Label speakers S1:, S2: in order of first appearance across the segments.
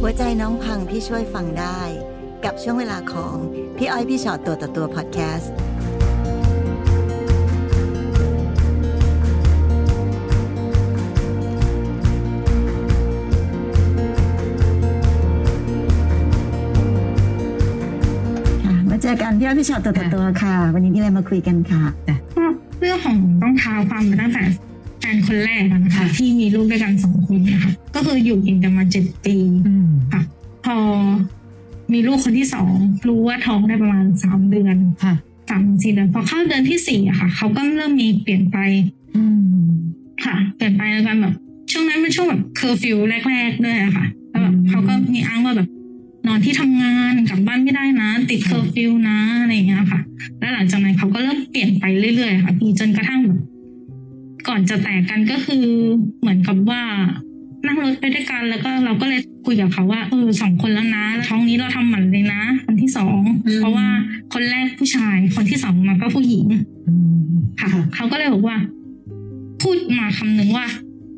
S1: หัวใจน้องพังพี่ช่วยฟังได้ กับช่วงเวลาของพี่อ้อยพี่ชอตตัวต่อตัวพอดแคสต์ค่ะมาเจอกันพี่อ้อยพี่ชอตตัวต่อตัวค่ะ วันนี้มีอะไรมาคุยกันค่ะ
S2: ก็เรื่องของต้องเท้าความมาตั้งแต่แฟนคนแรกอะนะคะที่มีลูกด้วยกันสองคนนะคะก็คืออยู่กินกันมาเจ็ดปี
S3: อืม
S2: ค่ะ พอมีลูกคนที่สองรู้ว่าท้องได้ประมาณสามเดือน
S3: ค่ะ
S2: สามถึงสี่เดือนพอเข้าเดือนที่สี่อะค่ะเขาก็เริ่มมีเปลี่ยนไป
S3: อืม
S2: ค่ะ เปลี่ยนไปแล้วกันแบบ ช่วงนั้นเป็นช่วงแบบเคอร์ฟิวแรกๆด้วยอะค่ะแล้วแบบ
S3: อืม
S2: เขาก็มีอ้างว่าแบบ นอนที่ทำงานกลับบ้านไม่ได้นะ ติดเคอร์ฟิวนะอะไรอย่างเงี้ยค่ะ แล้วหลังจากนั้นเขาก็เริ่มเปลี่ยนไปเรื่อยๆค่ะพี่จนกระทั่งแบบก่อนจะแตกกันก็คือเหมือนกับว่านั่งรถไปด้วยกันแล้วก็เราก็เลยคุยกับเขาว่าเออสองคนแล้วนะแล้วท้องนี้เราทำหมันเลยนะคนที่สอง
S3: อืม
S2: เพราะว่าคนแรกผู้ชาย คนที่สองมาก็ผู้หญิง
S3: อืม
S2: ค่ะ เขาก็เลยบอกว่า พูดมาคำนึงว่า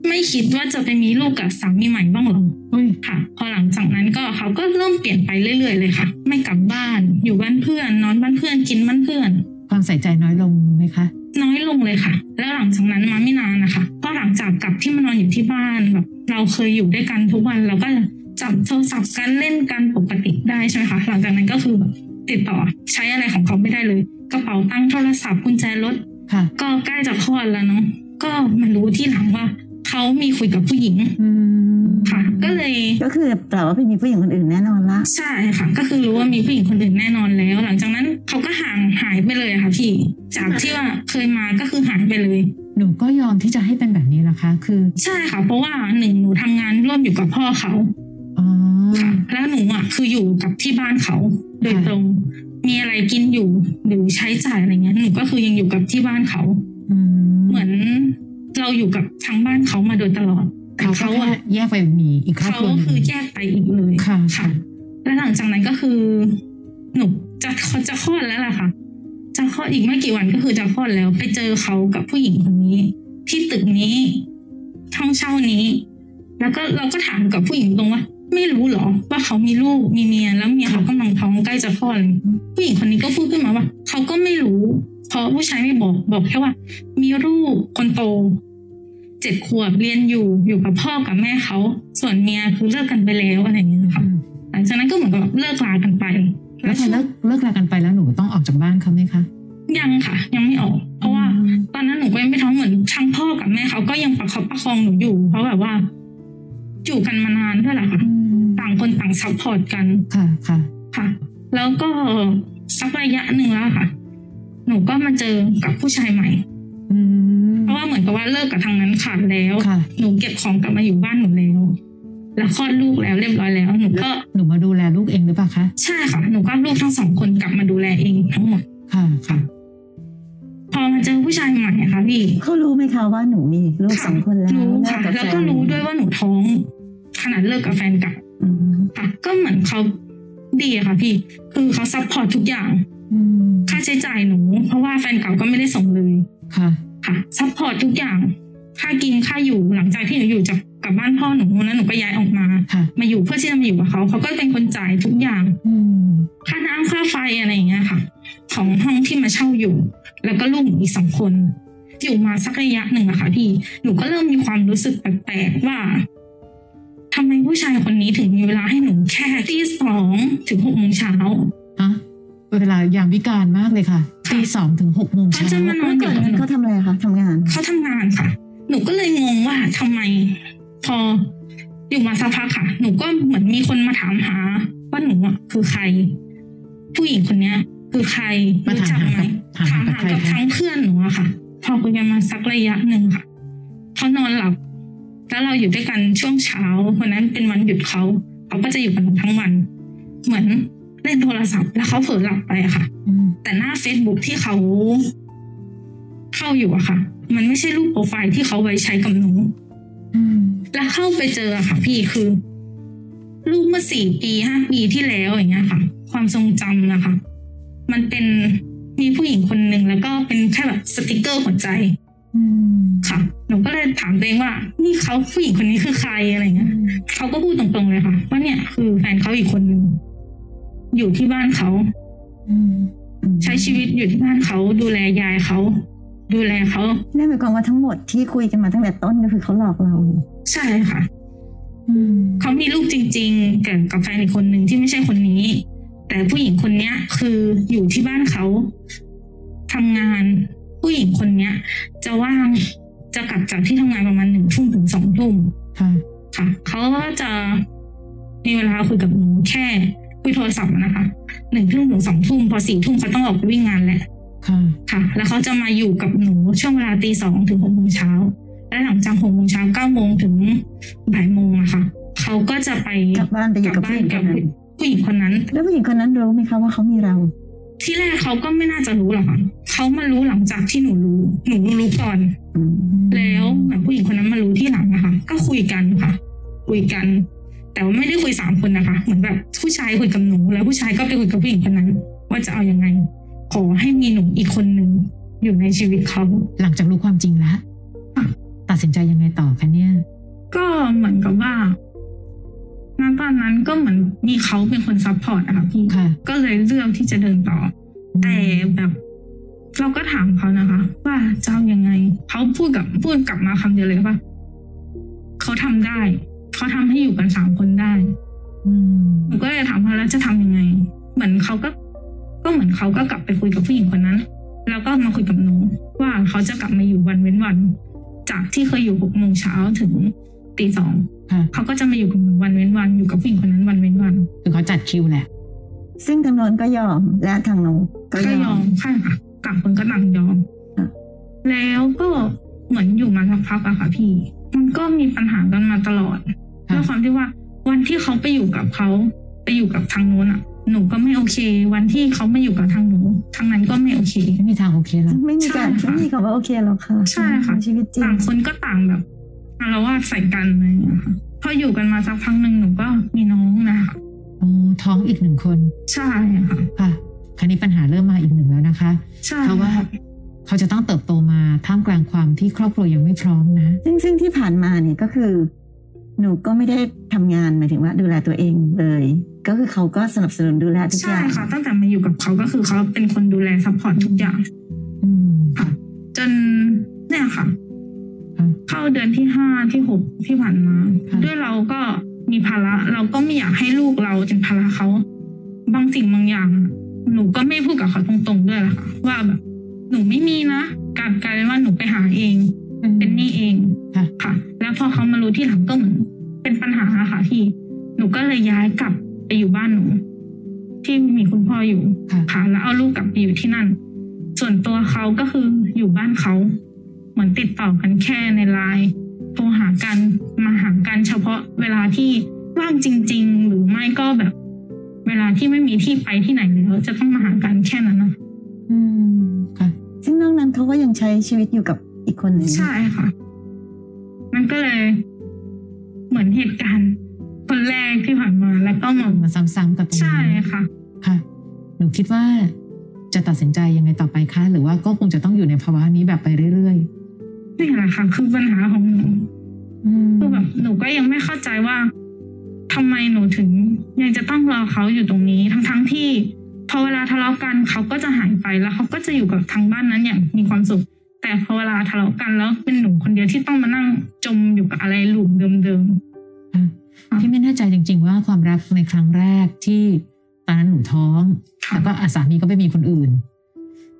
S2: ไม่คิดว่าจะไปมีลูกกับสามีใหม่บ้างเหรอ
S3: อุ้ย
S2: ค่ะพอหลังจากนั้นก็เขาก็เริ่มเปลี่ยนไปเรื่อยๆเลยค่ะ ไม่กลับบ้าน อยู่บ้านเพื่อน นอนบ้านเพื่อนกินบ้านเพื่อน
S3: ความใส่ใจน้อยลงไหมคะ
S2: น้อยลงเลยค่ะ แล้วหลังจากนั้นมาไม่นานนะคะก็หลังจากกลับที่มานอนอยู่ที่บ้านแบบเราเคยอยู่ด้วยกันทุกวันเราก็จับโทรศัพท์กันเล่นกันปกติได้ใช่ไหมคะหลังจากนั้นก็คือแบบติดต่อใช้อะไรของเขาไม่ได้เลยกระเป๋าตั้งค์โทรศัพท์กุญแจรถ
S3: ค่ะ
S2: ก็ใกล้จะคลอดแล้วเนาะก็มารู้ที่หลังว่าเขามีคุยกับผู้หญิง
S3: อืม
S2: ค่ะ ก็เลย
S1: ก็คือแปลว่าเป็นมีผู้หญิงคนอื่นแน่นอนละ
S2: ใช่ค่ะ ก็คือรู้ว่ามีผู้หญิงคนอื่นแน่นอนแล้ว หลังจากนั้นเขาก็ห่างหายไปเลยอะค่ะพี่ จากที่ว่าเคยมาก็คือหายไปเลย
S3: หนูก็ยอมที่จะให้เป็นแบบนี้เหรอคะ คือ
S2: ใช่ค่ะ เพราะว่าหนึ่งหนูทำงานร่วมอยู่กับพ่อเขา
S3: อ๋อ
S2: ค่ะ แล้วหนูอ่ะคืออยู่กับที่บ้านเขาโดยตรง มีอะไรกินอยู่หรือใช้จ่ายอะไรเงี้ยหนูก็คือยังอยู่กับที่บ้านเขา
S3: อืม
S2: เหมือนเราอยู่กับทางบ้านเขามาโดยตลอดแต่
S3: เขาก็
S2: เขา
S3: แค่
S2: อ่ะ
S3: แยกไปมีอีกครอบ
S2: เขา
S3: ครัวห
S2: ก็
S3: นึ่ง
S2: คือแยกไปอีกเลย
S3: ค่ะค่ะ
S2: และหลังจากนั้นก็คือ หนูจะเขาจะคลอดแล้วล่ะค่ะ จะคลอดอีกไม่กี่วันก็คือจะคลอดแล้ว ไปเจอเขากับผู้หญิงคนนี้ ที่ตึกนี้ห้องเช่านี้ แล้วก็เราก็ถามกับผู้หญิงตรงว่า ไม่รู้เหรอ ว่าเขามีลูกมีเมียแล้วเมียเขากำลังท้องใกล้จะคลอดเลยผู้หญิงคนนี้ก็พูดขึ้นมาว่าเขาก็ไม่รู้ เพราะผู้ชายไม่บอกบอกแค่ว่า มีลูกคนโตเจ็ดขวบเรียนอยู่อยู่กับพ่อกับแม่เขา ส่วนเมียคือเลิกกันไปแล้วอะไรอย่างเงี้ยค่ะ
S3: อืม
S2: หลังจากนั้นก็เหมือนกับแบบเลิกลากันไป
S3: แล้วพอเลิกเลิกลากันไปแล้วหนูต้องออกจากบ้านเขาไหมคะ
S2: ยังค่ะ ยังไม่ออก เพราะว่า
S3: อืม
S2: ตอนนั้นหนูก็ยังไม่ท้องเหมือนทั้งพ่อกับแม่เขาก็ยังประคับประคองหนูอยู่ เพราะแบบว่าอยู่กันมานานด้วยแหละค่ะ
S3: อืม
S2: ต่างคนต่างซัพพอร์ตกัน
S3: ค่ะ ค่ะ
S2: ค่ะ แล้วก็สักระยะหนึ่งแล้วค่ะ หนูก็มาเจอกับผู้ชายใหม่
S3: อืม
S2: เพราะว่าเหมือนกับว่าเลิกกับทางนั้นขาดแล้ว
S3: ค่ะ
S2: หนูเก็บของกลับมาอยู่บ้านหนูแล้ว แล้วคลอดลูกแล้วเรียบร้อยแล้ว หนูก็
S3: หนูมาดูแลลูกเองหรือเปล่าคะ
S2: ใช่ค่ะ หนูก็เอาลูกทั้งสองคนกลับมาดูแลเองทั้งหมด
S3: ค่ะ ค่ะ
S2: พอมาเจอผู้ชายใหม่อะค่ะพี่
S1: เขารู้ไหมคะว่าหนูมีลูก
S2: ค่ะ
S1: สองคนแล้ว
S2: รู้
S1: เลิ
S2: ค่ะ
S1: บฟน
S2: แล้วก็รู้ด้วยว่าหนูท้อง ขนาดเลิกกับแฟนเกับ
S1: อืม
S2: ค่ะ ก็เหมือนเขาดีอะค่ะ พี่ คือเขาซัพพอร์ตทุกอย่าง
S3: อืม
S2: ค่าใช้จ่ายหนู เพราะว่าแฟนเก่าก็ไม่ได้ส่งเลย
S3: ค่ะ
S2: ค่ะซัพพอร์ตทุกอย่าง ค่ากินค่าอยู่หลังจากที่หนูอยู่จากกับบ้านพ่อหนูแล้วหนูก็ย้ายออกมา
S3: ค่ะ
S2: มาอยู่เพื่อที่จะมาอยู่กับเขาเขาก็เป็นคนจ่ายทุกอย่าง
S3: อืม
S2: ค่าน้ำค่าไฟอะไรอย่างเงี้ยค่ะ ของห้องที่มาเช่าอยู่ แล้วก็ลูกหนูอีกสองคนอยู่มาสักระยะหนึ่งอะค่ะพี่หนูก็เริ่มมีความรู้สึกแปลกๆว่าทำไมผู้ชายคนนี้ถึงมีเวลาให้หนูแค่ตีสองถึงหกโมงเช้า
S3: ฮะเวลายามวิการมากเลยค่ะ
S2: ค่ะ
S3: ตีสองถึงหกโมง
S2: เขา
S3: เช้า
S2: จะมานอ
S1: เมื่อ
S2: นอ
S1: ก่อยู่ น
S2: กับหนู
S1: เขาทำอะไรคะทำงาน
S2: เขาทำงานค่ะ หนูก็เลยงงว่าทำไม พออยู่มาสักพักค่ะ หนูก็เหมือนมีคนมาถามหา ว่าหนูอะคือใคร ผู้หญิงคนเนี้ย คือใคร
S3: มา
S2: รู้
S3: ถามหา
S2: จักไหม
S3: กับถาม
S2: ถา
S3: หาม กับ
S2: หา
S3: ใคร
S2: กับ
S3: คะ
S2: ทั้งเพื่อนหนูอะค่ะ พอคุยกันมาสักระยะหนึ่งค่ะเขานอนหลับ แล้วเราอยู่ด้วยกันช่วงเช้าวันนั้นเป็นวันหยุดเขาเขาก็จะอยู่กับหนูทั้งวัน เหมือนเล่นโทรศัพท์ แล้วเขาเผลอหลับไปอะค่ะ
S3: อืม
S2: แต่หน้า Facebook ที่เขาเข้าอยู่อะค่ะ มันไม่ใช่รูปโปรไฟล์ที่เขาไว้ใช้กับหนู
S3: อืม
S2: แล้วเข้าไปเจออะค่ะ พี่คือ รูปเมื่อสี่ปีห้าปีที่แล้วอย่างเงี้ยค่ะ ความทรงจำนะคะ มันเป็นมีผู้หญิงคนหนึ่งแล้วก็เป็นแค่แบบสติกเกอร์หัวใจ
S3: อืม
S2: ค่ะ หนูก็เลยถามตัวเองว่า นี่เขาผู้หญิงคนนี้คือใครอะไรเงี้ยเขาก็พูดตรงๆเลยค่ะว่าเนี่ยคือแฟนเขาอีกคนนึงอยู่ที่บ้านเขา
S3: อืม
S2: ใช้ชีวิตอยู่ที่บ้านเขาดูแลยายเขาดูแลเขา
S4: นั่นหมายความว่าทั้งหมดที่คุยกันมาตั้งแต่ต้นก็คือเขาหลอกเรา
S2: ใช่ค่ะ
S3: อืม
S2: เขามีลูกจริงๆแต่กับแฟนอีกคนหนึ่งที่ไม่ใช่คนนี้ แต่ผู้หญิงคนเนี้ย คืออยู่ที่บ้านเขาทำงาน ผู้หญิงคนเนี้ย จะว่างจะกลับจากที่ทำงานประมาณหนึ่งทุ่มถึงสองทุ่ม
S3: ค่ะ
S2: ค่ะเขาก็จะมีเวลาคุยกับหนูแค่คุยโทรศัพท์นะคะหนึ่งทุ่มถึงสองทุ่มพอสี่ทุ่มเขาต้องออกไปวิ่งงานแหละ
S3: ค่ะ
S2: ค่ะ แล้วเขาจะมาอยู่กับหนูช่วงเวลาตีสองถึงหกโมงเช้า และหลังจากหกโมงเช้าเก้าโมงถึงบ่ายโมงอะค่ะ เขาก็จะไป
S4: กลับบ้านไปอยู่กับผู้หญิงคนนั้น
S2: ผู้หญิงคนนั้น
S4: แล้วผู้หญิงคนนั้นรู้ไหมคะว่าเขามีเรา
S2: ที่แรกเขาก็ไม่น่าจะรู้หรอกค่ะเขามารู้หลังจากที่หนูรู้ หนูรู้ก่อน
S4: อืม
S2: แล้วเหมือนผู้หญิงคนนั้นมารู้ที่หลังนะคะ ก็คุยกันค่ะ คุยกัน แต่ว่าไม่ได้คุยสามคนนะคะ เหมือนแบบผู้ชายคุยกับหนู แล้วผู้ชายก็ไปคุยกับผู้หญิงคนนั้น ว่าจะเอายังไง ขอให้มีหนูอีกคนนึงอยู่ในชีวิตเขา
S3: หลังจากรู้ความจริงแล้ว
S2: ค่ะ
S3: ตัดสินใจยังไงต่อคะเนี่ย
S2: ก็เหมือนกับว่าณตอนนั้นก็เหมือนมีเขาเป็นคนซัพพอร์ตอะค่ะพี่
S3: ค่ะ
S2: ก็เลยเลือกที่จะเดินต่อ แต่แบบ เราก็ถามเขานะคะ ว่าจะเอายังไง เขาพูดกับพูดกลับมาคำเดียวเลยว่าเขาทำได้เขาทำให้อยู่กันสามคนได้
S3: อืม
S2: หนูก็เลยถามเขาแล้วจะทำยังไง เหมือนเขาก็ ก็เหมือนเขาก็กลับไปคุยกับผู้หญิงคนนั้น แล้วก็มาคุยกับหนูว่าเขาจะกลับมาอยู่วันเว้นวัน จากที่เคยอยู่หกโมงเช้าถึงตีสอง
S3: ค่ะ
S2: เขาก็จะมาอยู่กับหนูวันเว้นวันอยู่กับผู้หญิงคนนั้นวันเว้นวัน
S3: คือเขาจัดคิวแหละ
S4: ซึ่งทางโน้นก็ยอม และทางโน้นก็
S2: ก็
S4: ย
S2: ย
S4: อ
S2: อ
S4: ม
S2: มใช่ค่ะต่างคนก็ต่างยอม
S4: ค่ะ
S2: แล้วก็เหมือนอยู่มาสักพักอะค่ะพี่ มันก็มีปัญหากันมาตลอด
S3: ค่ะ
S2: ด้วยความที่ว่า วันที่เขาไปอยู่กับเขาไปอยู่กับทางโน้นอะหนูก็ไม่โอเค วันที่เขามาอยู่กับทางหนูทางนั้นก็ไม่โอเค
S3: ไม่มีทางโอเคแล้ว
S4: ไม่มีการ
S2: ใช่ค่ะ
S4: ไม่มีคำว่าโอเคหรอกค่ะ
S2: ใช่ค่ะ
S4: นชีวิตจริง
S2: ต่างคนก็ต่างแบบอารวาสใส่กันอะไรอย่างเงี้ยค่ะพออยู่กันมาสักพักหนึ่งหนูก็มีน้องนะคะ
S3: อ๋อ ท้องอีกหนึ่งคน
S2: ใช่ค่ะ
S3: ค่ะ คราวนี้ปัญหาเริ่มมาอีกหนึ่งแล้วนะคะ
S2: ใช่
S3: เพราะว่าเขาจะต้องเติบโตมาท่ามกลางความที่ครอบครัวยังไม่พร้อมนะ
S4: ซึ่งซึ่งที่ผ่านมาเนี่ยก็คือ หนูก็ไม่ได้ทำงานหมายถึงว่าดูแลตัวเองเลย ก็คือเขาก็สนับสนุนดูแลทุกอ
S2: ใช่
S4: ย่าง
S2: ค่ะ ตั้งแต่มาอยู่กับเขาก็คือเขาเป็นคนดูแลซัพพอร์ตทุกอย่าง
S3: อืมค่ะ
S2: จนเนี่ยค่ะ
S3: ค่ะ
S2: เข้าเดือนที่ห้าที่หกที่ผ่านมา
S3: ค่ะ
S2: ด้วยเราก็มีภาระเราก็ไม่อยากให้ลูกเราเป็นภาระเขาบางสิ่งบางอย่าง หนูก็ไม่พูดกับเขาตรงๆด้วยล่ะค่ะว่าแบบ หนูไม่มีนะกลารกลายเป็นว่าหนูไปหาเอง เป็นหนี้เอง
S3: ค่ะ
S2: ค่ะ แล้วพอเขามารู้ที่หลังก็เหมือนเป็นปัญหาค่ะพี่หนูก็เลยย้ายกลับไปอยู่บ้านหนู ที่มีคุณพ่ออยู่
S3: ค่ะ
S2: ค่ะแล้วเอาลูกกลับไปอยู่ที่นั่น ส่วนตัวเขาก็คืออยู่บ้านเขา เหมือนติดต่อกันแค่ในไลน์โทรหากันมาหากันเฉพาะเวลาที่ว่างจริง ๆ หรือไม่ก็แบบ เวลาที่ไม่มีที่ไปที่ไหนแล้วจะต้องมาหากันแค่นั้นนะ
S3: อืมค่ะ
S4: ซึ่งนอกนั้นเขาก็ยังใช้ชีวิตอยู่กับอีกคนหนึ่ง
S2: ใช่ค่ะ มันก็เลย เหมือนเหตุการณ์คนแรกที่ผ่านมาแล้วก็มา
S3: มาซ้ำๆกับตรง
S2: ใช่
S3: นี้
S2: ค่ะ
S3: ค่ะ หนูคิดว่าจะตัดสินใจยังไงต่อไปคะ หรือว่าก็คงจะต้องอยู่ในภาวะนี้แบบไปเรื่อย
S2: นี่แหละค่ะ คือปัญหาของหนู
S3: ๆ อืม
S2: คือแบบหนูก็ยังไม่เข้าใจว่าทำไมหนูถึง ยังจะต้องรอเขาอยู่ตรงนี้ ทั้งๆที่พอเวลาทะเลาะกันเขาก็จะหายไปแล้วเขาก็จะอยู่กับทางบ้านนั้นอย่างมีความสุข แต่พอเวลาทะเลาะกันแล้วเป็นหนูคนเดียวที่ต้องมานั่งจมอยู่กับอะไรหลุมเดิม
S3: ค่ะพี่ไม่แน่ใจจริง ๆ ว่าความรักในครั้งแรกที่ตอนนั้นหนูท้อง
S2: ค่ะ
S3: แล้วก็อาสามีก็ไปมีคนอื่น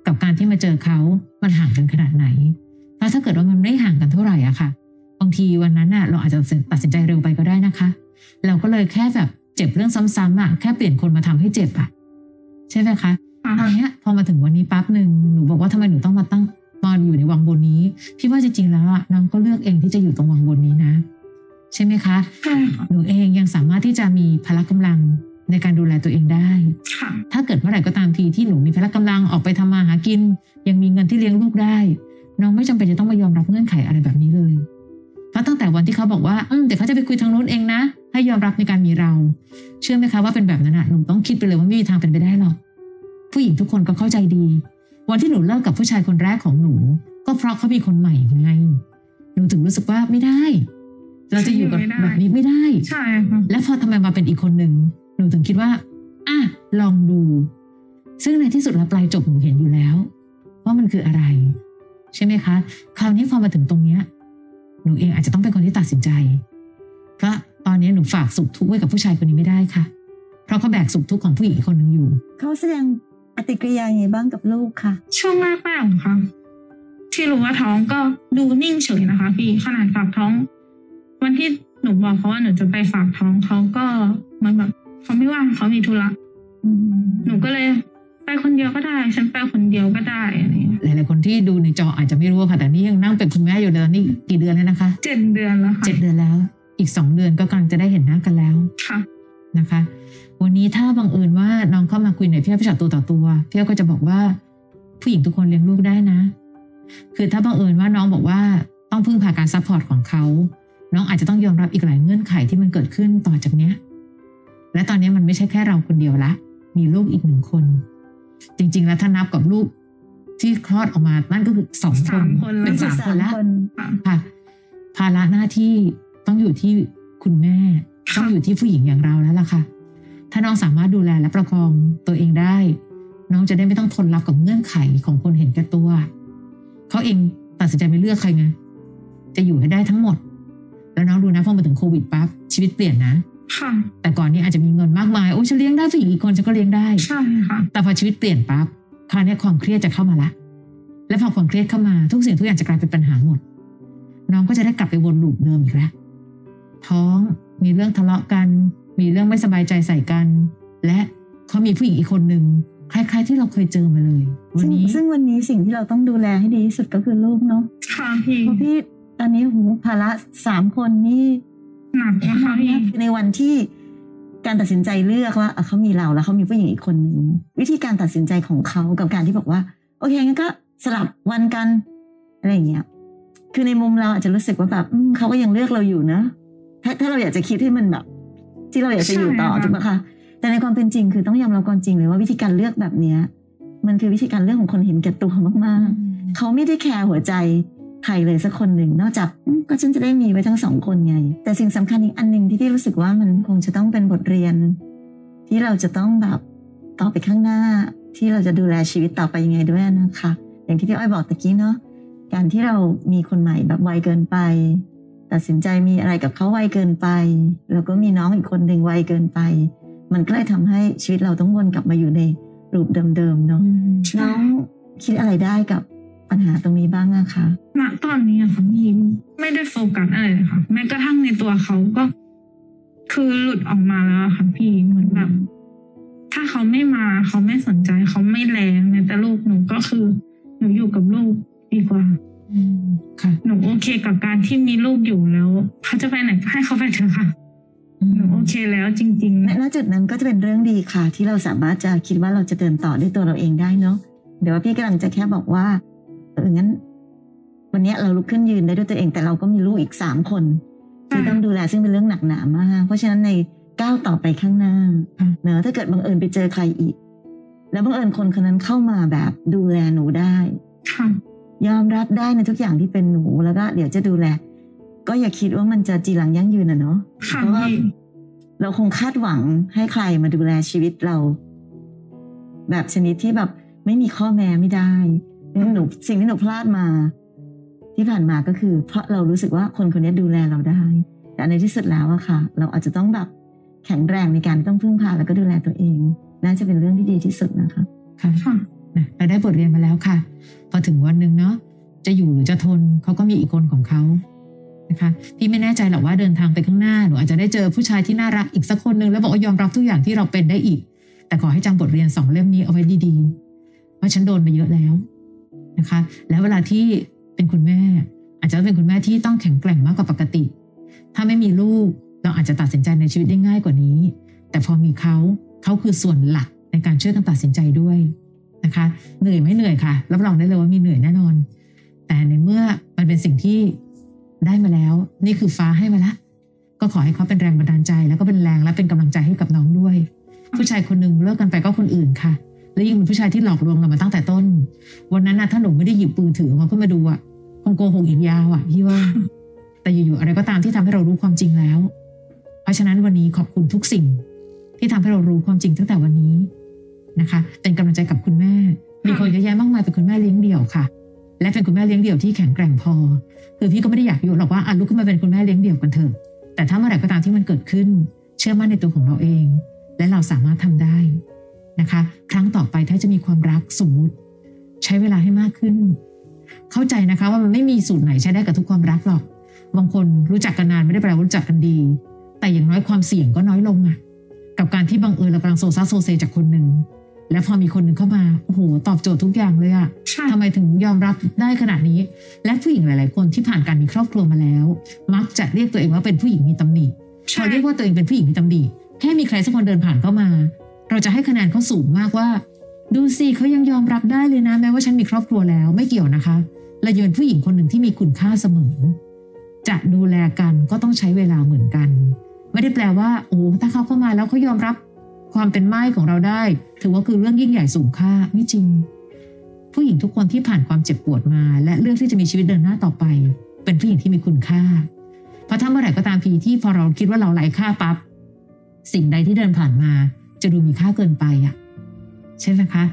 S3: กับการที่มาเจอเขามันห่างกันขนาดไหนแล้วถ้าเกิดว่ามันไม่ห่างกันเท่าไหร่อะค่ะบางทีวันนั้นอะเราอาจจะตัดสินใจเร็วไปก็ได้นะคะ เราก็เลยแค่แบบเจ็บเรื่องซ้ำๆอะแค่เปลี่ยนคนมาทำให้เจ็บอะใช่ไหมคะ
S2: ๆค่ะ
S3: ตอนเนี้ยพอมาถึงวันนี้ปั๊บหนึ่งหนูบอกว่าทำไมหนูต้องมาตั้งตอนอยู่ในวังบนนี้ พี่ว่าจริงๆแล้วอะน้องก็เลือกเองที่จะอยู่ตรงวังบนนี้นะ ใช่ไหมคะ
S2: ใช่ค่ะ
S3: หนูเองยังสามารถที่จะมีพละกำลังในการดูแลตัวเองได้
S2: ค่ะ
S3: ถ้าเกิดเมื่อไหร่ก็ตามทีที่หนูมีพละกำลังออกไปทำมาหากิน ยังมีเงินที่เลี้ยงลูกได้ น้องไม่จำเป็นจะต้องมายอมรับเงื่อนไขอะไรแบบนี้เลย เพราะตั้งแต่วันที่เขาบอกว่าอืมเดี๋ยวเขาจะไปคุยทางโน้นเองนะ ให้ยอมรับในการมีเรา เชื่อไหมคะว่าเป็นแบบนั้นอะหนูต้องคิดไปเลยว่าไม่มีทางเป็นไปได้หรอกผู้หญิงทุกคนก็เข้าใจดี วันที่หนูเลิกกับผู้ชายคนแรกของหนู ก็เพราะเขามีคนใหม่ไงหนูถึงรู้สึกว่าไม่ได้ เราจะอยู่กับ
S2: ฉันอยู่ไม่ได้
S3: แบบนี้ไม่ได้
S2: ใช่ค่ะ
S3: แล้วพอทำไมมาเป็นอีกคนหนึ่งหนูถึงคิดว่าอ่ะลองดู ซึ่งในที่สุดแล้วปลายจบหนูเห็นอยู่แล้ว ว่ามันคืออะไร ใช่ไหมคะ คราวนี้พอมาถึงตรงเนี้ยหนูเองอาจจะต้องเป็นคนที่ตัดสินใจ เพราะตอนนี้หนูฝากสุขทุกข์ไว้กับผู้ชายคนนี้ไม่ได้ค่ะ เพราะเขาแบกสุขทุกข์ของผู้หญิงอีกคนหนึ่งอยู่
S4: เขาแสดงปฏิกิริยายังไงบ้างกับลูกคะ
S2: ช่วงแรกแรกของเขาที่รู้ว่าท้องก็ดูนิ่งเฉยนะคะ พี่ขนาดฝากท้อง วันที่หนูบอกเขาว่าหนูจะไปฝากท้องเขาก็เหมือนแบบเขาไม่ว่างเขามีธุระ
S4: อืม
S2: หนูก็เลย ไปคนเดียวก็ได้ ฉันไปคนเดียวก็ได้อะไรอย่างเงี้ย
S3: หลายๆคนที่ดูในจออาจจะไม่รู้อะค่ะ แต่นี่ยังนั่งเป็นคุณแม่อยู่เลยตอนนี้กี่เดือนแล้วนะคะ
S2: เจ็ดเดือนแล้วค่ะ
S3: เจ็ดเดือนแล้ว อีกสองเดือนก็กำลังจะได้เห็นหน้ากันแล้ว
S2: ค่ะ
S3: นะคะ วันนี้ถ้าบังเอิญว่าน้องเข้ามาคุยในพี่อ้อยพี่ชอตตัวต่อตัวพี่อ้อยก็จะบอกว่า ผู้หญิงทุกคนเลี้ยงลูกได้นะ คือถ้าบังเอิญว่าน้องบอกว่าต้องพึ่งพาการซัพพอร์ตของเขา น้องอาจจะต้องยอมรับอีกหลายเงื่อนไขที่มันเกิดขึ้นต่อจากเนี้ย และตอนนี้มันไม่ใช่แค่เราคนเดียวละ มีลูกอีกหนึ่งคน จริง ๆ แล้วถ้านับกับลูกที่คลอดออกมานั่นก็คือสองคน
S2: สามคนแล้ว
S3: เป็นสามคนแล้ว
S4: คน
S2: ค่ะ
S3: ค่ะภาระหน้าที่ต้องอยู่ที่คุณแม่
S2: ค่ะ
S3: ต้องอยู่ที่ผู้หญิงอย่างเราแล้วล่ะค่ะ ถ้าน้องสามารถดูแลและประคองตัวเองได้ น้องจะได้ไม่ต้องทนรับกับเงื่อนไขของคนเห็นแก่ตัว เขาเองตัดสินใจไม่เลือกใครไงจะอยู่ให้ได้ทั้งหมด แล้วน้องดูนะพอมาถึงโควิดปั๊บชีวิตเปลี่ยนนะ
S2: ค่ะ
S3: แต่ก่อนนี้อาจจะมีเงินมากมายโอ้ยฉันเลี้ยงได้ผู้หญิงอีกคนฉันก็เลี้ยงได้
S2: ใช่ค่ะ
S3: แต่พอชีวิตเปลี่ยนปั๊บคราวเนี้ยความเครียดจะเข้ามาละ และพอความเครียดเข้ามาทุกสิ่งทุกอย่างจะกลายเป็นปัญหาหมด น้องก็จะได้กลับไปวนลูปเดิมอีกแล้วท้องมีเรื่องทะเลาะกัน มีเรื่องไม่สบายใจใส่กัน และเขามีผู้หญิงอีกคนหนึ่งคล้าย ๆ ที่เราเคยเจอมาเลย วัน
S4: ซึ่ง
S3: นี้
S4: ซึ่งวันนี้สิ่งที่เราต้องดูแลให้ดีที่สุดก็คือลูกเนาะ
S2: ค่ะพี่
S4: เพราะพี่ตอนนี้โหูภาระสามคนนี่
S2: หนักนะคะพี่
S4: ในวันที่การตัดสินใจเลือกว่าอ่ะเขามีเราแล้วเขามีผู้หญิงอีกคนหนึ่งวิธีการตัดสินใจของเขากับการที่บอกว่า โอเคงั้นก็สลับวันกันอะไรอย่างเงี้ยคือในมุมเราอาจจะรู้สึกว่าแบบอืมเขาก็ยังเลือกเราอยู่นะถ้าถ้าเราอยากจะคิดให้มันแบบ ที่เราอยากจะอยู่ต่อถูกไหมคะแต่ในความเป็นจริงคือต้องยอมรับความจริงเลยว่าวิธีการเลือกแบบเนี้ย มันคือวิธีการเลือกของคนเห็นแก่ตัวมากๆ เขาไม่ได้แคร์หัวใจใครเลยสักคนหนึ่ง นอกจากอืมก็ฉันจะได้มีไว้ทั้งสองคนไง แต่สิ่งสำคัญอีกอันหนึ่งที่ที่รู้สึกว่ามันคงจะต้องเป็นบทเรียน ที่เราจะต้องแบบต่อไปข้างหน้า ที่เราจะดูแลชีวิตต่อไปยังไงด้วยนะคะ อย่างที่พี่อ้อยบอกตะกี้เนาะการที่เรามีคนใหม่แบบไวเกินไป ตัดสินใจมีอะไรกับเขาไวเกินไป แล้วก็มีน้องอีกคนหนึ่งไวเกินไป มันก็เลยทำให้ชีวิตเราต้องวนกลับมาอยู่ในรูปเดิมๆเนาะ น้องคิดอะไรได้กับปัญหาตรงนี้บ้างอะคะ
S2: ณตอนนี้อะค่ะพี่ไม่ได้โฟกัสอะไรเลยค่ะ แม้กระทั่งในตัวเขาก็ คือหลุดออกมาแล้วอะค่ะพี่เหมือนแบบ ถ้าเขาไม่มาเขาไม่สนใจเขาไม่แรงแม้แต่ลูกหนูก็คือ หนูอยู่กับลูกดีกว่า
S3: ค่ะ
S2: หนูโอเคกับการที่มีลูกอยู่แล้วเขาจะไปไหนก็ให้เขาไปเถอะค่ะ หนูโอเคแล้วจริง
S4: ณณจุดนั้นก็จะเป็นเรื่องดีค่ะ ที่เราสามารถจะคิดว่าเราจะเดินต่อด้วยตัวเราเองได้เนาะเดี๋ยวว่าพี่กำลังจะแค่บอกว่าเอองั้น วันเนี้ยเราลุกขึ้นยืนได้ด้วยตัวเอง แต่เราก็มีลูกอีกสามคน
S2: ใช่
S4: ที่ต้องดูแลซึ่งเป็นเรื่องหนักหนามาก เพราะฉะนั้นในก้าวต่อไปข้างหน้า
S3: ค่ะ
S4: เนอะถ้าเกิดบังเอิญไปเจอใครอีก แล้วบังเอิญคนคนนั้นเข้ามาแบบดูแลหนูได้
S2: ๆ ค่ะ
S4: ยอมรับได้ในทุกอย่างที่เป็นหนูแล้วก็เดี๋ยวจะดูแล ก็อย่าคิดว่ามันจะจีรังยั่งยืนอะเนาะ
S2: ค่ะ
S4: เพราะว่า
S2: พี่
S4: เราคงคาดหวังให้ใครมาดูแลชีวิตเรา แบบชนิดที่แบบไม่มีข้อแม้ไม่ได้งั้นหนูสิ่งที่หนูพลาดมา ที่ผ่านมาก็คือ เพราะเรารู้สึกว่าคนคนนี้ดูแลเราได้ แต่ในที่สุดแล้วอะค่ะ เราอาจจะต้องแบบแข็งแรงในการที่ต้องพึ่งพาแล้วก็ดูแลตัวเอง น่าจะเป็นเรื่องที่ดีที่สุดนะคะ
S3: ค่ะ
S2: ค่ะ
S3: นะเราได้บทเรียนมาแล้วค่ะ พอถึงวันหนึ่งเนาะจะอยู่หรือจะทนเขาก็มีอีกคนของเขานะคะพี่ไม่แน่ใจหรอกว่าเดินทางไปข้างหน้าหนูอาจจะได้เจอผู้ชายที่น่ารักอีกสักคนหนึ่งแล้วบอกว่ายอมรับทุกอย่างที่เราเป็นได้อีก แต่ขอให้จำบทเรียนสองเล่มนี้เอาไว้ดีๆว่าฉันโดนมาเยอะแล้วนะคะ แล้วเวลาที่เป็นคุณแม่ อาจจะเป็นคุณแม่ที่ต้องแข็งแกร่งมากกว่าปกติ ถ้าไม่มีลูกเราอาจจะตัดสินใจในชีวิตได้ง่ายกว่านี้ แต่พอมีเขาเขาคือส่วนหลักในการช่วยกันตัดสินใจด้วย นะคะเหนื่อยไม่เหนื่อยค่ะรับรองได้เลยว่ามีเหนื่อยแน่นอน แต่ในเมื่อมันเป็นสิ่งที่ได้มาแล้ว นี่คือฟ้าให้มาละ ก็ขอให้เขาเป็นแรงบันดาลใจ แล้วก็เป็นแรงและเป็นกำลังใจให้กับน้องด้วย ผู้ชายคนหนึ่งเลิกกันไปก็คนอื่นค่ะ แล้วยิ่งเป็นผู้ชายที่หลอกลวงเรามาตั้งแต่ต้น วันนั้นนะถ้าหนูไม่ได้หยิบปืนถือออกมาเพื่อมาดูอะคงโกหกอีกยาวอะพี่ว่า แต่อยู่ๆอะไรก็ตามที่ทำให้เรารู้ความจริงแล้ว เพราะฉะนั้นวันนี้ขอบคุณทุกสิ่ง ที่ทำให้เรารู้ความจริงตั้งแต่วันนี้นะคะ เป็นกำลังใจกับคุณแม่ มีคนเยอะแยะมากมายเป็นคุณแม่เลี้ยงเดี่ยวค่ะ และเป็นคุณแม่เลี้ยงเดี่ยวที่แข็งแกร่งพอ คือพี่ก็ไม่ได้อยากยุหรอกว่าอ่ะลุกขึ้นมาเป็นคุณแม่เลี้ยงเดี่ยวกันเถอะ แต่ถ้าเมื่อไหร่ก็ตามที่มันเกิดขึ้น เชื่อมั่นในตัวของเราเอง และเราสามารถทำได้นะคะ ครั้งต่อไปถ้าจะมีความรักสมมุติ ใช้เวลาให้มากขึ้น เข้าใจนะคะว่ามันไม่มีสูตรไหนใช้ได้กับทุกความรักหรอก บางคนรู้จักกันนานไม่ได้แปลว่ารู้จักกันดี แต่อย่างน้อยความเสี่ยงก็น้อยลงอะกับการที่บังเอิญเรากำลังโซซาโซเซจากคนหนึ่งแล้วพอมีคนหนึ่งเข้ามาโอ้โหตอบโจทย์ทุกอย่างเลยอะ
S2: ใช่
S3: ทำไมถึงยอมรับได้ขนาดนี้ และผู้หญิงหลาย ๆ คนที่ผ่านการมีครอบครัวมาแล้ว มักจะเรียกตัวเองว่าเป็นผู้หญิงมีตำหนิพ
S2: ใช่
S3: อเรียกว่าตัวเองเป็นผู้หญิงมีตำหนิแค่มีใครสักคนเดินผ่านเข้ามา เราจะให้คะแนนเขาสูงมากว่า ดูสิเขายังยอมรับได้เลยนะแม้ว่าฉันมีครอบครัวแล้วไม่เกี่ยวนะคะและยังเป็นผู้หญิงคนหนึ่งที่มีคุณค่าเสมอ จะดูแลกันก็ต้องใช้เวลาเหมือนกัน ไม่ได้แปลว่าโอ้ถ้าเขาเข้ามาแล้วเขายอมรับความเป็นไม้ของเราได้ ถือว่าคือเรื่องยิ่งใหญ่สูงค่าไม่จริง ผู้หญิงทุกคนที่ผ่านความเจ็บปวดมา และเลือกที่จะมีชีวิตเดินหน้าต่อไป เป็นผู้หญิงที่มีคุณค่า เพราะถ้าเมื่อไหร่ก็ตามทีที่พอเราคิดว่าเราไร้ค่าปั๊บสิ่งใดที่เดินผ่านมา จะดูมีค่าเกินไปอ่ะใช่ไหมคะ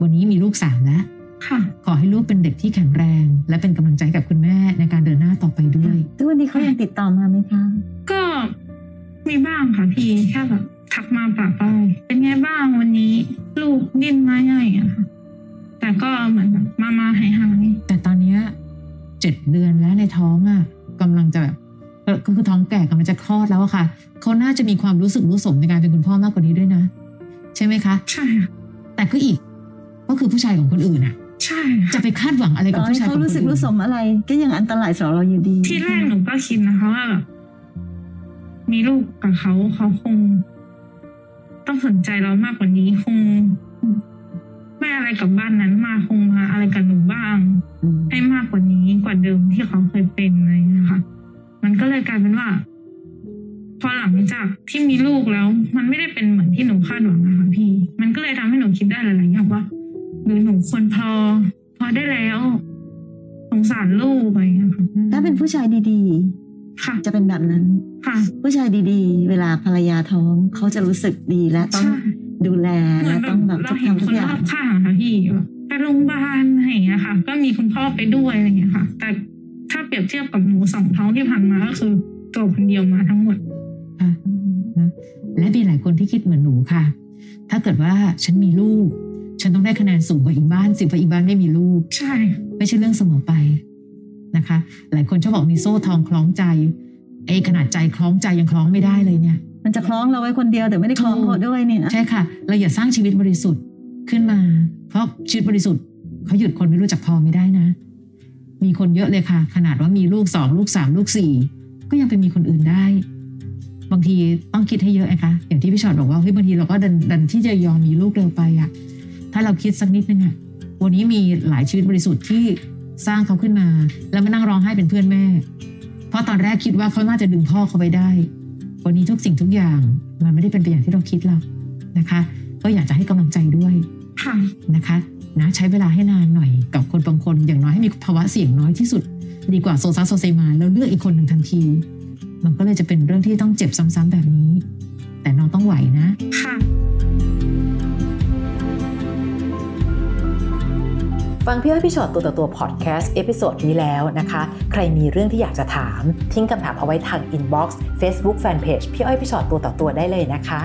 S3: วันนี้มีลูกสามแล้ว
S2: ค่ะ
S3: ขอให้ลูกเป็นเด็กที่แข็งแรง และเป็นกำลังใจกับคุณแม่ในการเดินหน้าต่อไปด้วย
S4: ทุกวันนี้เขายังติดต่อมาไหมคะ
S2: ก็มีบ้างค่ะพี่แค่แบบทักมาปะป้ายเป็นไงบ้างวันนี้ ลูกดิ้นไหมอะไรอย่างเงี้ยค่ะ แต่ก็เหมือนแบบมามาหายหาย
S3: แต่ตอนเนี้ยเจ็ดเดือนแล้วในท้องอ่ะกำลังจะแบบก็ก็คือท้องแก่กำลังจะคลอดแล้วอะค่ะเขาน่าจะมีความรู้สึกรู้สมในการเป็นคุณพ่อมากกว่านี้ด้วยนะ ใช่ไหมคะ
S2: ใช่ค่ะ
S3: แต่ก็อีก ก็คือผู้ชายของคนอื่นอ่ะ
S2: ใช่
S3: จะ
S2: ค่ะ
S3: ไปคาดหวังอะไร
S4: ต่
S3: กับ
S4: อให้
S3: ผู้ชายของ
S4: เขา
S3: คนอื่
S4: รู้
S3: น
S4: สึกรู้สมอะไร ก็ยังอันตรายสำหรับเราอยู่ดี
S2: ทีแรกหนูก็คิดนะคะว่าแบบมีลูกกับเขาเขาคง ต้องสนใจเรามากกว่านี้คงไม่อะไรกับบ้านนั้นมากคงมาอะไรกับหนูบ้าง
S4: อืม
S2: ให้มากกว่านี้กว่าเดิมที่เขาเคยเป็นอะไรอย่างเงี้ยค่ะมันก็เลยกลายเป็นว่า พอหลังจากที่มีลูกแล้ว มันไม่ได้เป็นเหมือนที่หนูคาดหวังนะคะพี่ มันก็เลยทำให้หนูคิดได้หลายๆอย่างว่าหรือหนูควรพอ พอได้แล้วสงสารลูกอะไรอย่างเงี้ยค่ะ
S4: ถ้าเป็นผู้ชายดี
S2: ค่ะ
S4: ๆ จะเป็นแบบนั้น
S2: ค่ะ
S4: ผู้ชายดีๆ เวลาภรรยาท้องเขาจะรู้สึกดีและต้อง
S2: ใช่
S4: ดูแล
S2: เหมื
S4: และ
S2: อนแบ
S4: ต้
S2: บ
S4: องแบบ
S2: เรา
S4: ทุก
S2: เห็น
S4: ทำทุ
S2: ค
S4: ก
S2: น
S4: อย่าร ง
S2: อบข้างอะค่ะพี่แบบไปโรงพยาบาลอะไรอย่างเงี้ยค่ะ ก็มีคุณพ่อไปด้วยอะไรอย่างเงี้ยค่ะ แต่ถ้าเปรียบเทียบกับหนูสองท้องที่ผ่านมาก็คือตัวคนเดียวมาทั้งหมด
S3: ค่ะ
S2: 嗯
S3: นะและมีหลายคนที่คิดเหมือนหนูค่ะ ถ้าเกิดว่าฉันมีลูก ฉันต้องได้คะแนนสูงกว่าอีกบ้านสิเพราะอีกบ้านไม่มีลูก
S2: ใช่
S3: ไม่ใช่เรื่องเสมอไปนะคะ หลายคนชอบบอกมีโซ่ทองคล้องใจไอ้ขนาดใจคล้องใจยังคล้องไม่ได้เลยเนี่ย
S4: มันจะคล้องเราไว้คนเดียวแต่ไม่ได้คล้อง
S3: ถูก
S4: เขาด้วยเนี่ย
S3: ใช่ค่ะ เราอย่าสร้างชีวิตบริสุทธิ์ขึ้นมา เพราะชีวิตบริสุทธิ์เขาหยุดคนไม่รู้จักพอไม่ได้นะ มีคนเยอะเลยค่ะ ขนาดว่ามีลูกสองลูกสามลูกสี่ก็ยังไปมีคนอื่นได้ บางทีต้องคิดให้เยอะนะคะอย่างที่พี่ชอดบอกว่าเฮ้ยบางทีเราก็ดันดันที่จะยอมมีลูกเร็วไปอะถ้าเราคิดสักนิดนึงอะวันนี้มีหลายชีวิตบริสุทธิ์ที่สร้างเขาขึ้นมา แล้วมานั่งร้องไห้เป็นเพื่อนแม่ เพราะตอนแรกคิดว่าเขาน่าจะดึงพ่อเขาไปได้ วันนี้ทุกสิ่งทุกอย่างมันไม่ได้เป็นไปอย่างที่เราคิดหรอก ไม่ได้ทำอะไรเลยนะคะก็อยากจะให้กำลังใจด้วย
S2: ค่ะ
S3: นะคะนะใช้เวลาให้นานหน่อยกับคนบางคนอย่างน้อยให้มีภาวะเสี่ยงน้อยที่สุด ดีกว่าโซซัสโซเซมาแล้วเลือกอีกคนหนึ่งทันที มันก็เลยจะเป็นเรื่องที่ต้องเจ็บซ้ำๆแบบนี้ แต่น้องต้องไหวนะ
S2: ค่ะ
S5: ฟังพี่อ้อยพี่ชอตตัวต่อตัวพอดแคสต์เอพิโซดนี้แล้วนะคะ ใครมีเรื่องที่อยากจะถาม ทิ้งคำถามเอาไว้ทางอินบ็อกซ์เฟซบุ๊กแฟนเพจพี่อ้อยพี่ชอตตัวต่อตัวได้เลยนะคะ